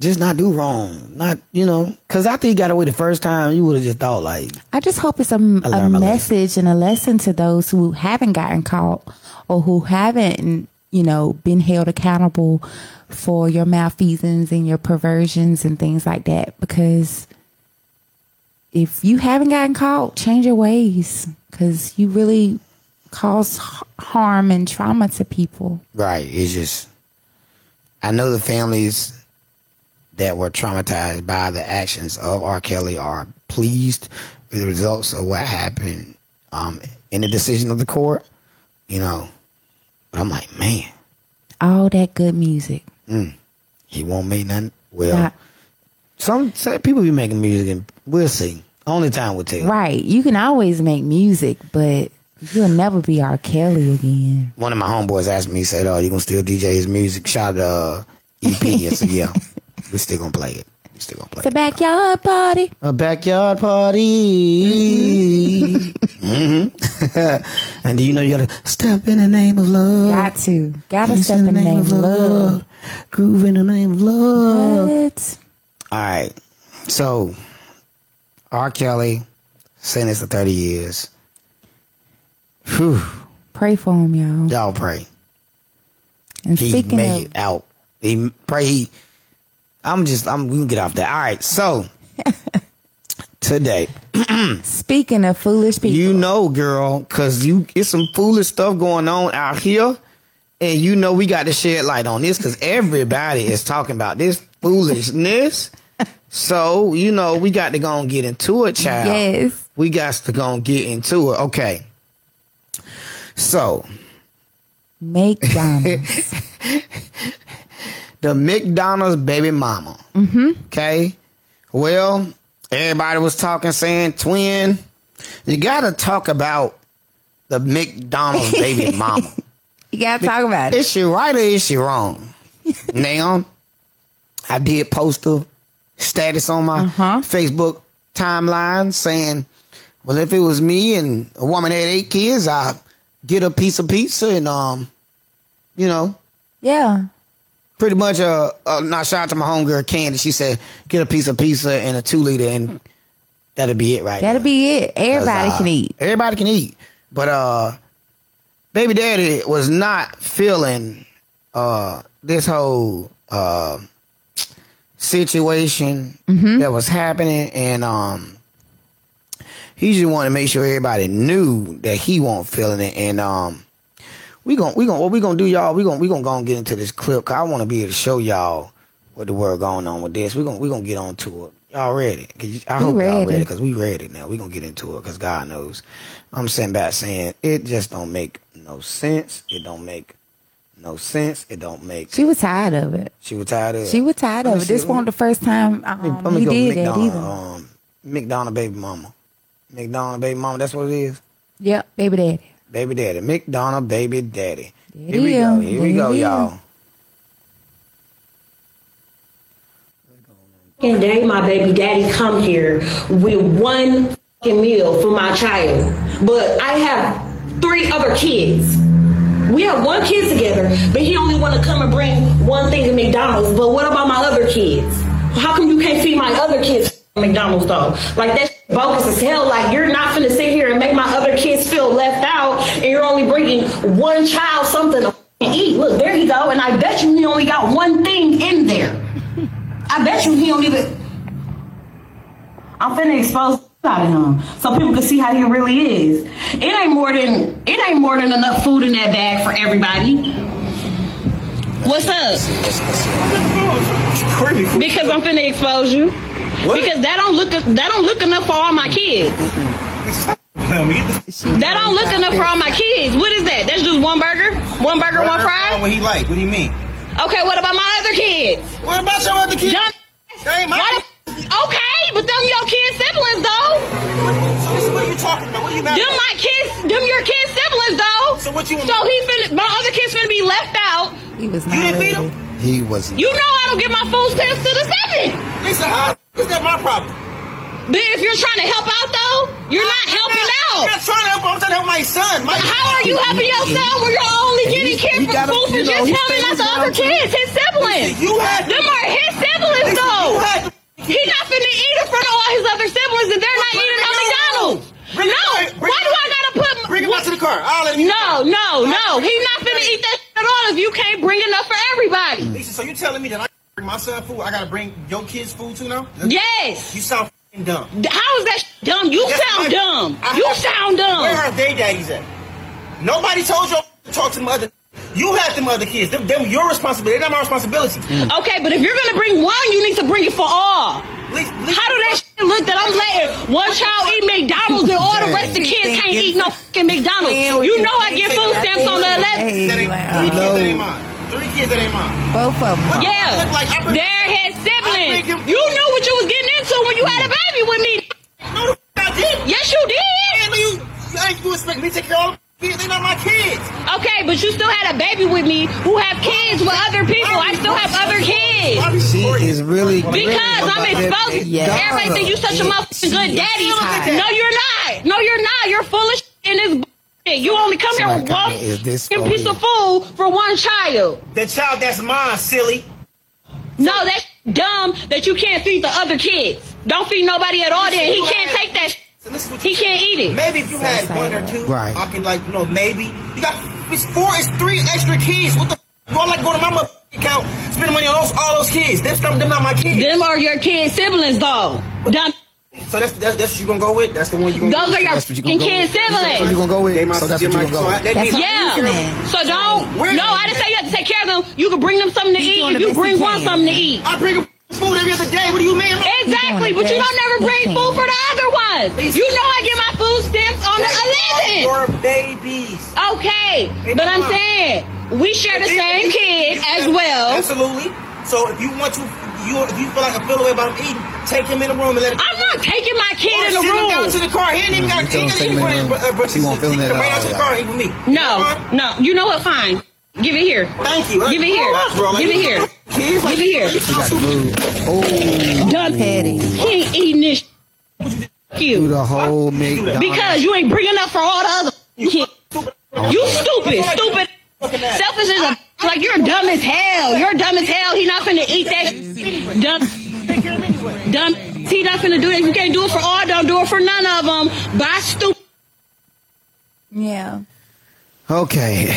just not do wrong. Not you know, because after you got away the first time, you would have just thought like,
I just hope it's a, a
lesson.
message and a lesson to those who haven't gotten caught or who haven't, you know, been held accountable for your malfeasance and your perversions and things like that. Because if you haven't gotten caught, change your ways because you really cause h- harm and trauma to people.
Right. It's just, I know the families that were traumatized by the actions of R. Kelly are pleased with the results of what happened um, in the decision of the court. You know, but I'm like, man,
All that good music.
he won't make nothing. Well,
Not-
some, some people be making music, and we'll see. Only time will tell.
right. You can always make music, but you'll never be R. Kelly again.
One of my homeboys asked me, he said, "Oh, you gonna still DJ his music?" Shout out to uh, EP. I said, "Yeah, we still gonna play it. We still gonna play
It's a
it."
backyard party.
a backyard party.
And do you know you gotta step in the name of love?
Got to. Gotta
It's
step in the name of love.
Groove in the name of love.
What?
All right. So, R. Kelly sentenced to 30 years. Whew.
Pray for him, y'all.
Y'all pray.
And
He
speaking of,
made it out. He pray he. I'm just. I'm. We can get off that. All right. So, today.
speaking of foolish people,
You know, girl, cause you it's some foolish stuff going on out here, and you know we got to shed light on this, cause everybody is talking about this foolishness. so you know we got to go and get into it, child.
Yes.
we got to go and get into it. Okay. So
McDonald's.
the McDonald's baby mama. Mm-hmm. Okay. Well, everybody was talking, saying, twin, you got to talk about the McDonald's baby mama.
you gotta talk about it.
Is she right or is she wrong? now, I did post a status on my Facebook timeline saying, well, if it was me and a woman had eight kids, I'd get a piece of pizza and, um, you know,
Yeah.
pretty much uh, uh not shout out to my homegirl Candy. She said, get a piece of pizza and a two liter and that'll be it right
That'll
now.
be it. Everybody
'Cause, uh,
can eat.
Everybody can eat. But uh baby daddy was not feeling uh this whole uh situation
Mm-hmm.
that was happening and um he just wanted to make sure everybody knew that he wasn't feeling it and um we gon' we gon' what we gonna do y'all we gon' we gonna go and get into this clip 'cause I want to be able to show y'all what the world going on with this we gon' we gonna get on to it y'all ready 'Cause you- I hope y'all
ready.
ready because we ready now we gonna get into it because God knows I'm sitting back saying it just don't make no sense it don't make no sense it don't make
She was tired of it.
she was tired of it.
She was tired
Let
of
me
it. This
see.
wasn't the first time um,
Let me
he
go
did that
McDonald,
either.
um, McDonald baby mama McDonald baby mama that's what it is
Yep, baby daddy.
baby daddy McDonald baby daddy
There
here we
you
go here we
There
go
you
y'all.
fucking day my baby daddy come here with one fucking meal for my child. But I have three other kids. We have one kid together, but he only want to come and bring one thing to McDonald's. But what about my other kids? How come you can't feed my other kids McDonald's though? Like that's bogus as hell. Like you're not finna sit here and make my other kids feel left out, and you're only bringing one child something to fucking eat. Look, there you go. And I bet you he only got one thing in there. I bet you he don't even. I'm finna expose the out of him so people can see how he really is. It ain't more than it ain't more than enough food in that bag for everybody. What's up? Because I'm finna expose you. Because that don't look that don't look enough for all my kids. That don't look enough for all my kids. What is that? That's just one burger, one burger, one fry.
What he like? What do you mean?
Okay, what about my other kids?
What about your other kids?
Dumb-
That ain't my
Why
kids.
the- okay, but them your kids' siblings though.
So this is what you talking about? What you mad
Them
about?
my kids, them your kids' siblings though.
So what you want-
So he finna, my other kids finna be left out.
He was not
You didn't feed
ready.
him?
He was
You know I don't give my food stamps to the seven.
Lisa, how is that my problem?
But if you're trying to help out though, you're not helping
I'm not
out.
trying to help. I'm trying to help my son. My
How are you helping yourself when you're only
he- he
getting care for
gotta-
food for
you know,
just
he
him and
stays
not the
down
other
too.
kids, his siblings?
You had
Them are his siblings though. He not finna eat in front of all his other siblings, and they're not eating at McDonald's. No, why do I gotta put? Bring him out to the car. I'll let no, no, no. He not finna eat that shit at all if you can't bring enough for everybody.
Lisa, so you telling me that I gotta bring my son food? I gotta bring your kids food too now?
Yes.
You sound f***ing dumb.
How is that sh- dumb? You
Yes,
sound
I-
dumb.
I-
you sound dumb.
Where are they daddies at? Nobody told you to talk to them other. You have them other kids. Them, them your responsibility. They're not my responsibility.
Okay, but if you're gonna bring one, you need to bring it for all. How do that shit look that I'm letting one child eat McDonald's and all the rest of the kids can't eat no fucking McDonald's? You know I get food stamps on the 11th.
That ain't- Three kids that ain't mine. Three kids that ain't mine.
Both of them.
Yeah, they're his siblings. You knew what you was getting into when you had a baby with me.
No, the f- I did.
Yes, you did.
you, you, ain't- you expect me to take care of all the kids? They're not my kids.
Okay, but you still had a baby with me who have kids with other people. I still have other kids.
She is really
Because I'm exposed to
Daughter.
everything. You such a motherfucking good daddy. No, you're not. No, you're not. You're full of shit and it's bullshit. You only come here with one
Is this
fucking piece of food for one child.
The child that's mine, silly.
No, that's dumb that you can't feed the other kids. Don't feed nobody at all then. He can't take that shit. He can't eat it.
Maybe if you had one or two, right. I can like, you know, maybe. You got it's four, it's three extra kids. What the f- do I like going to my mother account, spending money on those, all those kids? Them, them, them not my kids.
Them are your kids' siblings, though. Dumb.
So that's that's, that's what you gonna go with. That's the one you gonna.
Those are your
that's what you gonna
fucking
go
kids'
with.
siblings.
So you gonna go with? They my,
So that's what
they
you
my-
gonna go
so I-
with.
that means-
Yeah. So don't. No, I didn't say you have to take care of them. You can bring them something to eat. If you bring one something to eat.
I bring them food every other day. What do you mean?
Exactly, but you don't never bring food for the other ones. You know I get my food stamps on the
They are
11th.
Your babies.
Okay, but I'm saying we share the same kid as well.
Absolutely. So if you want to, you if you feel like a feel away about him eating, take him in the room and let him.
I'm not taking my
Or
kid in
send him down to
the
the
room.
car. He ain't even got.
You
He
tell
ain't
him
even
take him in the room.
got.
He won't feel that at
Right out
all,
to the
yeah.
car. He with me.
No, no. You know what? Fine. Give it here.
Thank you.
Give it here. Give it here. Give it here. Dumb
Petty.
He ain't eating this. sh- Fuck
Through
You
the whole McDonald's.
because you ain't bringing up for all the other kids. You stupid, stupid. Selfish is a like you're dumb as hell. You're dumb as hell. He not finna eat that sh- dumb. Dumb. He not finna do it. If you can't do it for all, don't do it for none of them. Bye, stupid.
Yeah.
Okay.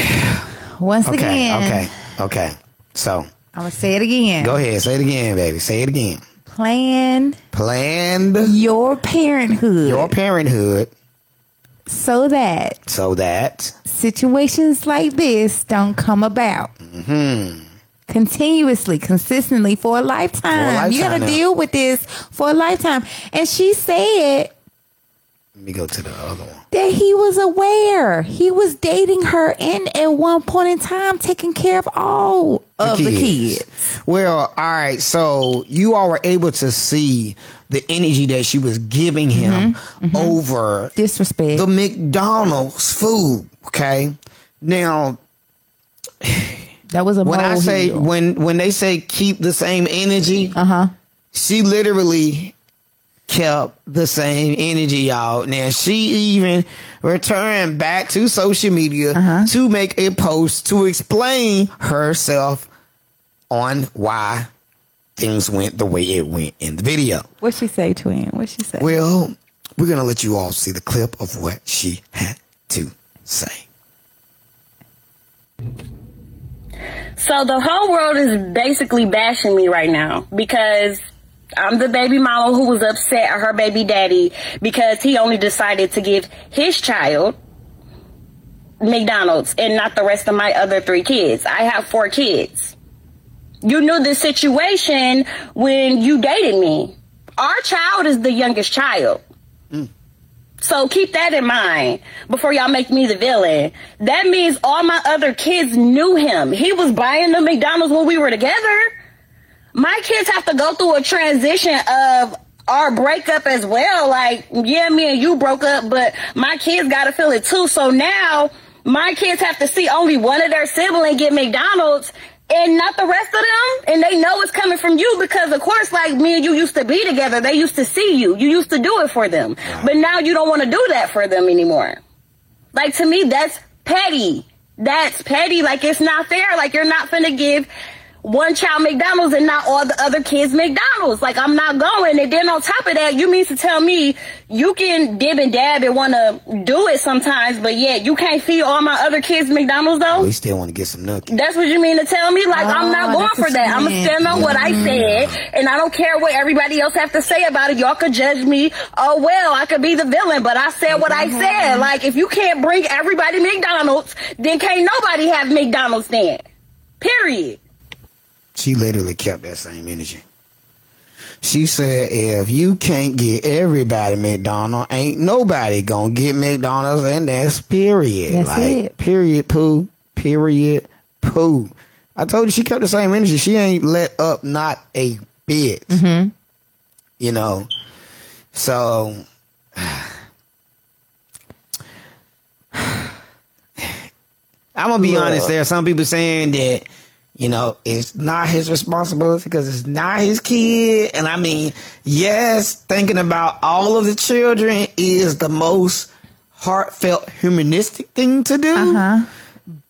Once
Okay.
again,
Okay. Okay. So
I'm gonna say it again.
go ahead. Say it again, baby. Say it again.
Plan
Planned
your parenthood
your parenthood
so that
so that
situations like this don't come about.
Mm-hmm.
Continuously, consistently for a lifetime. You gotta
lifetime now.
deal with this for a lifetime. And she said
let me go to the other one.
that he was aware. He was dating her and at one point in time taking care of all of the kids.
Well, all right. So you all were able to see the energy that she was giving him
Mm-hmm,
over
Disrespect.
the McDonald's food. Okay. Now,
that was a
when I
mole
say
heel.
when when they say keep the same energy, uh huh. She literally kept the same energy, y'all. Now she even returned back to social media to make a post to explain herself on why things went the way it went in the video.
What she say, twin? What she say?
Well, we're gonna let you all see the clip of what she had to say.
So the whole world is basically bashing me right now because I'm the baby mama who was upset at her baby daddy because he only decided to give his child McDonald's and not the rest of my other three kids. I have four kids. You knew this situation when you dated me. Our child is the youngest child. So keep that in mind before y'all make me the villain. That means all my other kids knew him. He was buying the McDonald's when we were together. My kids have to go through a transition of our breakup as well. Like, yeah, me and you broke up, but my kids got to feel it too. So now my kids have to see only one of their siblings get McDonald's and not the rest of them. And they know it's coming from you because, of course, like me and you used to be together. They used to see you. You used to do it for them. But now you don't want to do that for them anymore. Like, to me, that's petty. That's petty. Like, it's not fair. Like, you're not going to give one child McDonald's and not all the other kids McDonald's. Like I'm not going. And then on top of that, you mean to tell me you can dib and dab and want to do it sometimes, but yeah, you can't feed all my other kids McDonald's though.
We still want to get some nuggets.
That's what you mean to tell me? Like I'm not going for that. I'm gonna stand on what I said, and I don't care what everybody else have to say about it. Y'all could judge me. Oh well, I could be the villain, but I said what I said. Like if you can't bring everybody McDonald's, then can't nobody have McDonald's then. Period.
She literally kept that same energy. She said, if you can't get everybody McDonald's, ain't nobody gonna get McDonald's, and that's period.
That's
like,
it.
period, poo, period, poo. I told you she kept the same energy. She ain't let up not a bit.
Mm-hmm.
You know? So I'm gonna be
Look.
honest. There are some people saying that you know it's not his responsibility because it's not his kid. And I mean, yes, thinking about all of the children is the most heartfelt, humanistic thing to do. Uh-huh.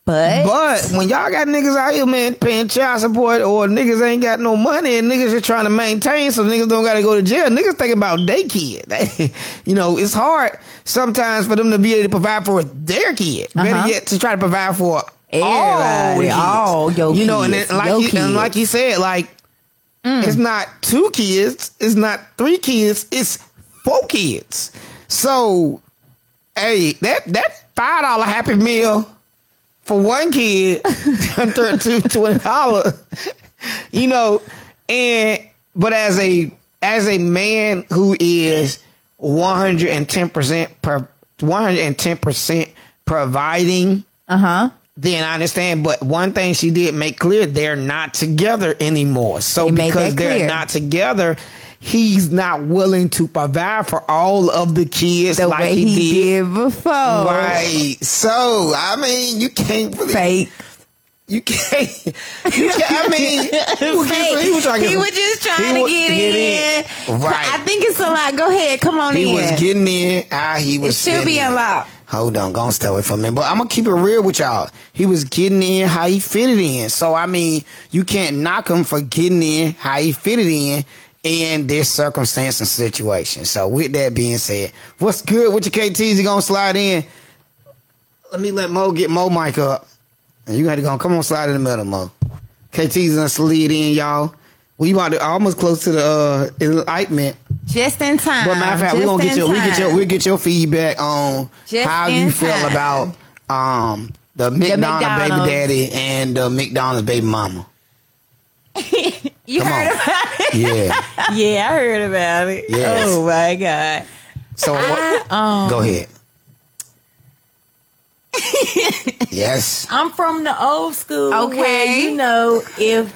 But
but when y'all got niggas out here, man, paying child support or niggas ain't got no money and niggas just trying to maintain so niggas don't gotta go to jail. Niggas think about their kid. you know, it's hard sometimes for them to be able to provide for their kid.
Uh-huh.
Better yet to try to provide for all
Everybody,
the kids.
all your
You know, and
kids, Mm.
then, like
your
you and like you said, like it's not two kids, it's not three kids, it's four kids. So hey, that that five dollar happy meal for one kid under two twenty dollar. You know, and but as a as a man who is one hundred and ten percent per one hundred and ten percent providing
uh huh.
Then I understand, but one thing she did make clear they're not together anymore. So
made
because
that
they're
clear.
not together, he's not willing to provide for all of the kids
The
like
way
he,
he
did
before.
Right. So I mean, you can't really fake. You can't. You can't. I mean, who gets-
Fake.
he was trying to get
He
some-
was just
he
trying
wa-
to get, in.
Right.
I think it's a lot. Go ahead. Come on
He
in.
was getting in. Ah, he was.
it should be
fitting in.
unlocked.
Hold on, gonna stay away from me. But I'm gonna keep it real with y'all. He was getting in how he fitted in. So I mean, you can't knock him for getting in how he fitted in in this circumstance and situation. So with that being said, what's good with your KTs? You gonna slide in? Let me let Mo get Mo mic up. And you had to go come on slide in the middle, Mo. KT's gonna slid in, y'all. We about to almost close to the uh enlightenment.
Just in time.
But matter of fact, we're
Just
gonna get
in
your we get
time.
your we get your feedback on
Just
how
in
you feel
time.
about um the McDonald's,
McDonald's.
baby daddy and the McDonald's baby mama.
You
Come
heard
on.
about it?
Yeah.
yeah, I heard about it.
Yes.
Oh my god.
So what,
um,
go ahead. yes.
I'm from the old school.
Okay.
where, you know, if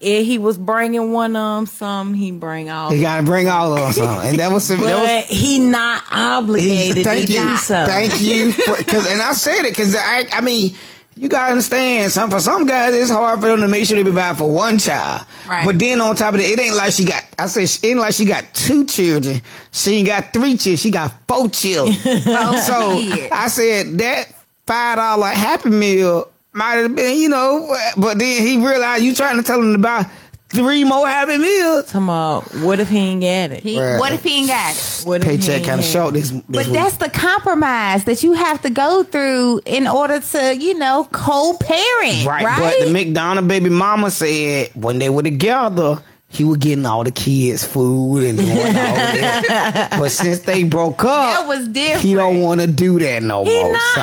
if he was bringing one of them, some he bring
Um,
all.
You gotta bring all of us on. And that was
but
that was
he not obligated
Thank
to
you.
do so.
Thank you. Because and I said it because I I mean you gotta understand some for some guys it's hard for them to make sure they provide for one child.
Right.
But then on top of that, it ain't like she got. I said she- it ain't like she got two children. She ain't got three children. She got four children. so
kids.
I said that five dollar Happy Meal might have been you know, but then he realized you trying to tell him to buy three more Happy Meals.
Come on, what if he ain't got it?
He, What if he ain't got it?
What if he
paycheck
ain't
kind of
had-
short this, this
But
week.
that's the compromise that you have to go through in order to, you know, co-parent, right?
But the McDonald baby mama said when they were together, he was getting all the kids food and doing all that. but since they broke up,
That was different.
He don't want to do that no more. Oh, so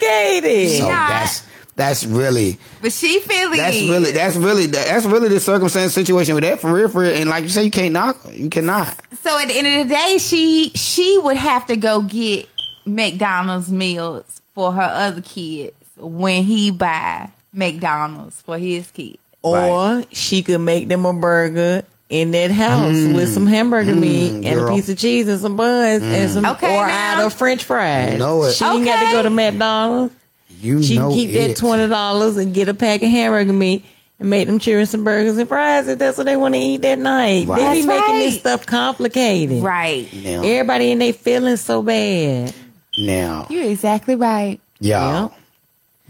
obligated.
so
Not.
that's that's really
but she feeling
that's really that's really that's really the circumstance situation with that for real for real. And like you say, you can't knock her. you cannot.
So at the end of the day, she she would have to go get McDonald's meals for her other kids when he buy McDonald's for his kids.
Or she could make them a burger in that house
Mm.
with some hamburger meat and a
girl.
piece of cheese and some buns and some
Okay,
or
now.
out of French fries.
You Mm. know it.
She ain't got to go to McDonald's.
You
she
know
can keep
it.
that twenty dollars and get a pack of hamburger meat and make them cheering some burgers and fries if that's what they want to eat that night.
Right.
They
That's
be making this stuff complicated.
Right.
Now,
Everybody in they feelings so bad.
now,
You're exactly right.
y'all,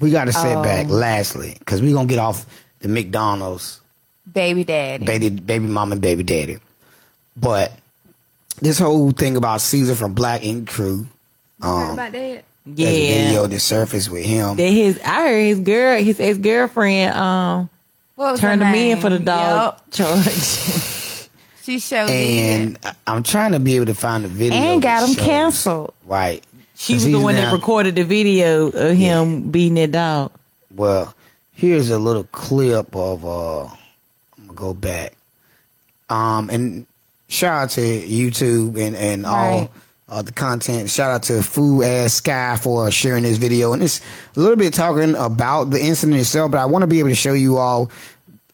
we got to set back.
Um,
Lastly, because we gonna get off the McDonald's
Baby daddy.
baby baby mom and baby daddy. But this whole thing about Caesar from Black Ink Crew, um,
about that.
there's a video
Yeah.
that surfaced with him.
That his I heard his girl his ex girlfriend um
What was her
turned him in
name?
for the dog charge.
She showed
and I- I'm trying to be able to find the video.
And got
that
him
shows-
canceled.
Right.
She
'Cause
was the
he's
one
now-
that recorded the video of him beating that dog.
Well, here's a little clip of uh I'm gonna go back. Um and shout out to YouTube and, and all
Right.
uh, the content. Shout out to Foo Ass Sky for uh, sharing this video. And it's a little bit talking about the incident itself, but I want to be able to show you all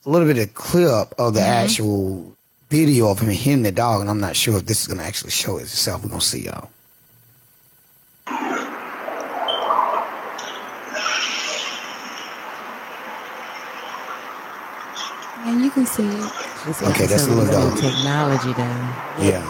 a little bit of clip of the actual video of him hitting the dog. And I'm not sure if this is going to actually show itself. We're going to see y'all.
And you can see it.
Okay, that's a little dog.
Technology though.
Yeah.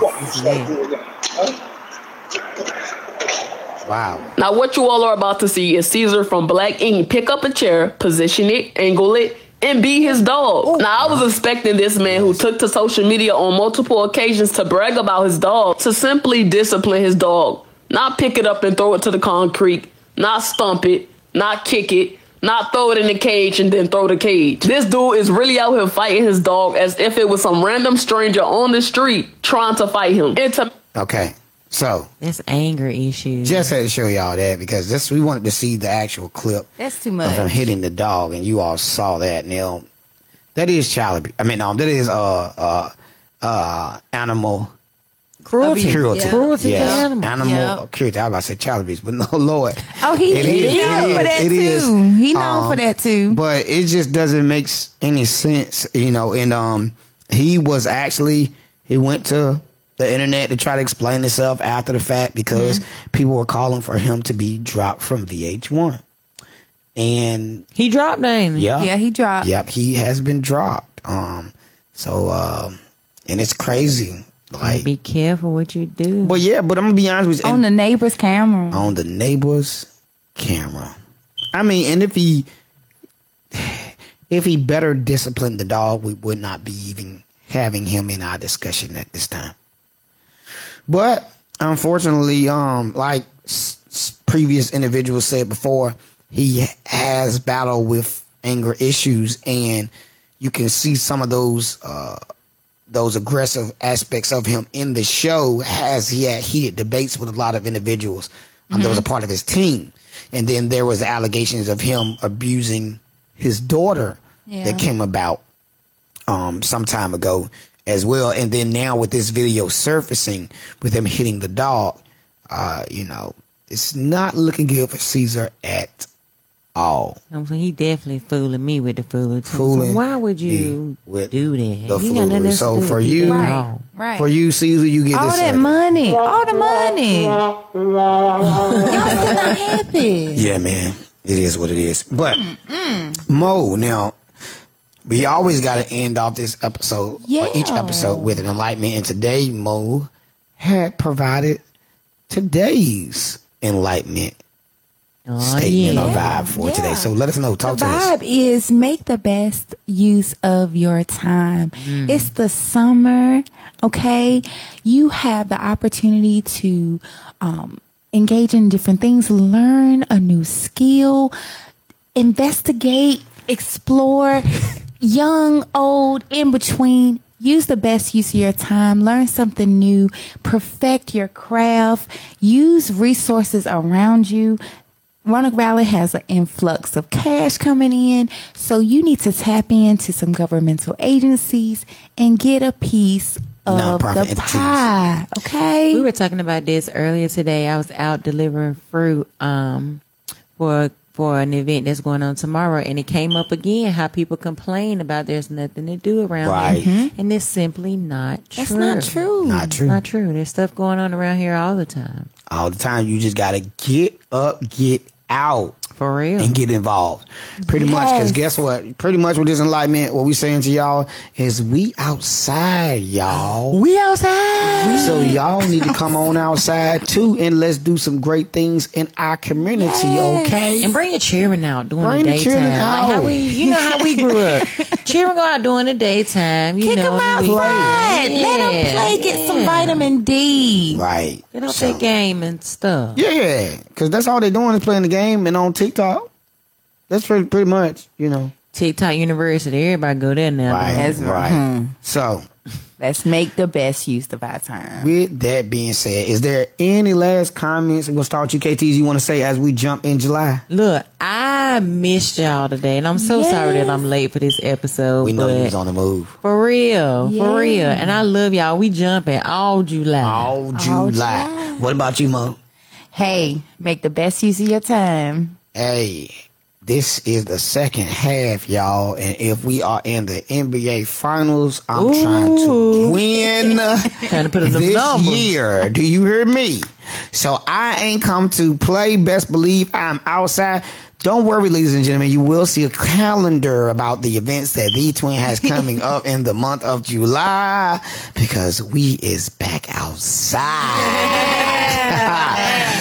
Wow.
Now, what you all are about to see is Caesar from Black Ink pick up a chair, position it, angle it, and be his dog. Now, I was expecting this man who took to social media on multiple occasions to brag about his dog to simply discipline his dog, not pick it up and throw it to the concrete, not stomp it, not kick it. Not throw it in the cage and then throw the cage. This dude is really out here fighting his dog as if it was some random stranger on the street trying to fight him. And to
Okay. So
that's anger issues.
Just had to show y'all that because this we wanted to see the actual clip
That's too
of him
much.
hitting the dog, and you all saw that. Now that is child. abuse. I mean, um, that is uh uh uh animal
Cruelty.
Cruelty.
Yeah. Cruelty to animals.
Animal
Yeah.
cruelty. I was about to say child abuse, but no, Lord.
Oh, he- he known for that too. He known for that
Mm-hmm.
too. Um, But it just doesn't make s- any sense, you know. And um, he was actually he went to the internet to try to explain himself after the fact because
Mm-hmm.
people were calling for him to be dropped from VH1. And
he dropped, name.
Yeah,
Yeah, he dropped.
Yep, he has been dropped. Um, so um, and it's crazy. Like,
be careful what you do.
Well, yeah, but I'm gonna be honest with you.
On the neighbor's camera.
on the neighbor's camera. I mean, and if he if he better disciplined the dog, we would not be even having him in our discussion at this time. But unfortunately, um, like s- s- previous individuals said before, he has battled with anger issues, and you can see some of those uh, those aggressive aspects of him in the show as he had heated debates with a lot of individuals um, that was a part of his team, and then there was allegations of him abusing his daughter
Yeah.
that came about um, some time ago as well. And then now with this video surfacing with him hitting the dog, uh, you know, it's not looking good for Caesar at all.
I'm saying he definitely fooling me with the foolery. too. So
Fooling
why would you
With
do that?
The
You got nothing
foolery.
else
So
to do
for
with
you,
it. Right,
right.
for you, Caesar, you get
All
this.
that
second.
money. All the money. Y'all still not happy.
Yeah, man, it is what it is. But Mo, now we always got to end off this episode or each
Yeah.
episode with an enlightenment, and today Mo had provided today's enlightenment statement or
Oh, yeah.
vibe for today. So let us know. Talk
the
to us.
vibe is make the best use of your time. It's the summer, okay? You have the opportunity to um, engage in different things, learn a new skill, investigate, explore, young, old, in between. Use the best use of your time, learn something new, perfect your craft, use resources around you. Roanoke Valley has an influx of cash coming in, so you need to tap into some governmental agencies and get a piece of
Nonprofit
the
entities.
pie. Okay.
We were talking about this earlier today. I was out delivering fruit um, for for an event that's going on tomorrow, and it came up again how people complain about there's nothing to do around
Right. Mm-hmm.
here, and it's simply not
That's
true.
not true.
Not true.
Not true. There's stuff going on around here all the time.
all the time. You just gotta get up, get out
for real,
and get involved. Pretty much, because
Yes.
guess what? Pretty much with this enlightenment, what we saying to y'all is we outside, y'all.
We outside.
So y'all need to come on outside too, and let's do some great things in our community. Okay,
and bring your children out during
Bring
the daytime.
the children
Like how
out.
we, you know how we grew up. Children go out during the daytime. You
Kick
know,
'em
in the
outside.
weekend.
Let 'em
Yeah,
play, get some
yeah.
vitamin D.
Right.
They don't play game and stuff.
Yeah, because that's all they're doing is playing the game and on TikTok. That's pretty pretty much, you know.
TikTok University, everybody go there now.
Right,
That's
right.
mhm.
So
Let's make the best use of our time.
With that being said, is there any last comments? We'll start with you, KTs. You want to say as we jump in July?
Look, I missed y'all today, and I'm so sorry that I'm late for this episode.
We know
but
you was on the move.
For real, for
Yeah.
real. And I love y'all. We jumping all July. All
July. What about you, Mo?
Hey, make the best use of your time.
Hey, this is the second half, y'all, and if we are in the NBA Finals, I'm trying to win
trying to put up them
this
numbers.
year. Do you hear me? So I ain't come to play. Best believe I'm outside. Don't worry, ladies and gentlemen. You will see a calendar about the events that the twin has coming up in the month of July because we is back outside.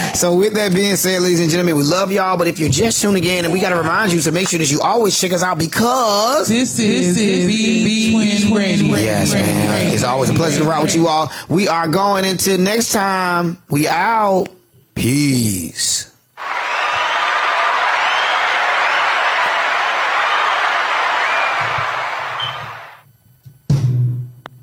so with that being said, ladies and gentlemen, we love y'all. But if you're just tuning in, and we got to remind you to make sure that you always check us out because
This is B Twin Radio.
Yes, man. It's always a pleasure to ride with you all. We are going until next time. We out. Peace.